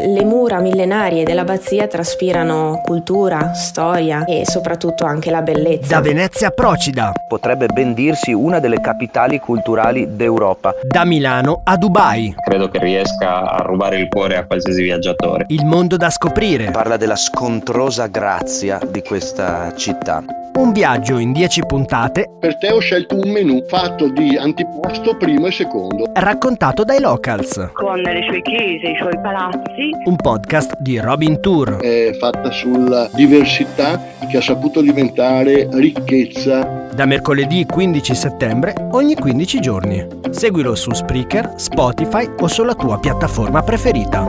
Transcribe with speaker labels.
Speaker 1: Le mura millenarie dell'abbazia traspirano cultura, storia e soprattutto anche la bellezza.
Speaker 2: Da Venezia a Procida,
Speaker 3: Potrebbe ben dirsi una delle capitali culturali d'Europa.
Speaker 2: da Milano a Dubai,
Speaker 4: credo che riesca a rubare il cuore a qualsiasi viaggiatore.
Speaker 2: il mondo da scoprire.
Speaker 3: Parla della scontrosa grazia di questa città.
Speaker 2: Un viaggio in 10 puntate
Speaker 5: Per te ho scelto un menù fatto di antipasto primo e secondo.
Speaker 2: raccontato dai locals.
Speaker 6: con le sue chiese, i suoi palazzi,
Speaker 2: Un podcast di Robin Tour.
Speaker 5: È fatta sulla diversità che ha saputo diventare ricchezza.
Speaker 2: Da mercoledì 15 settembre ogni 15 giorni. Seguilo su Spreaker, Spotify o sulla tua piattaforma preferita.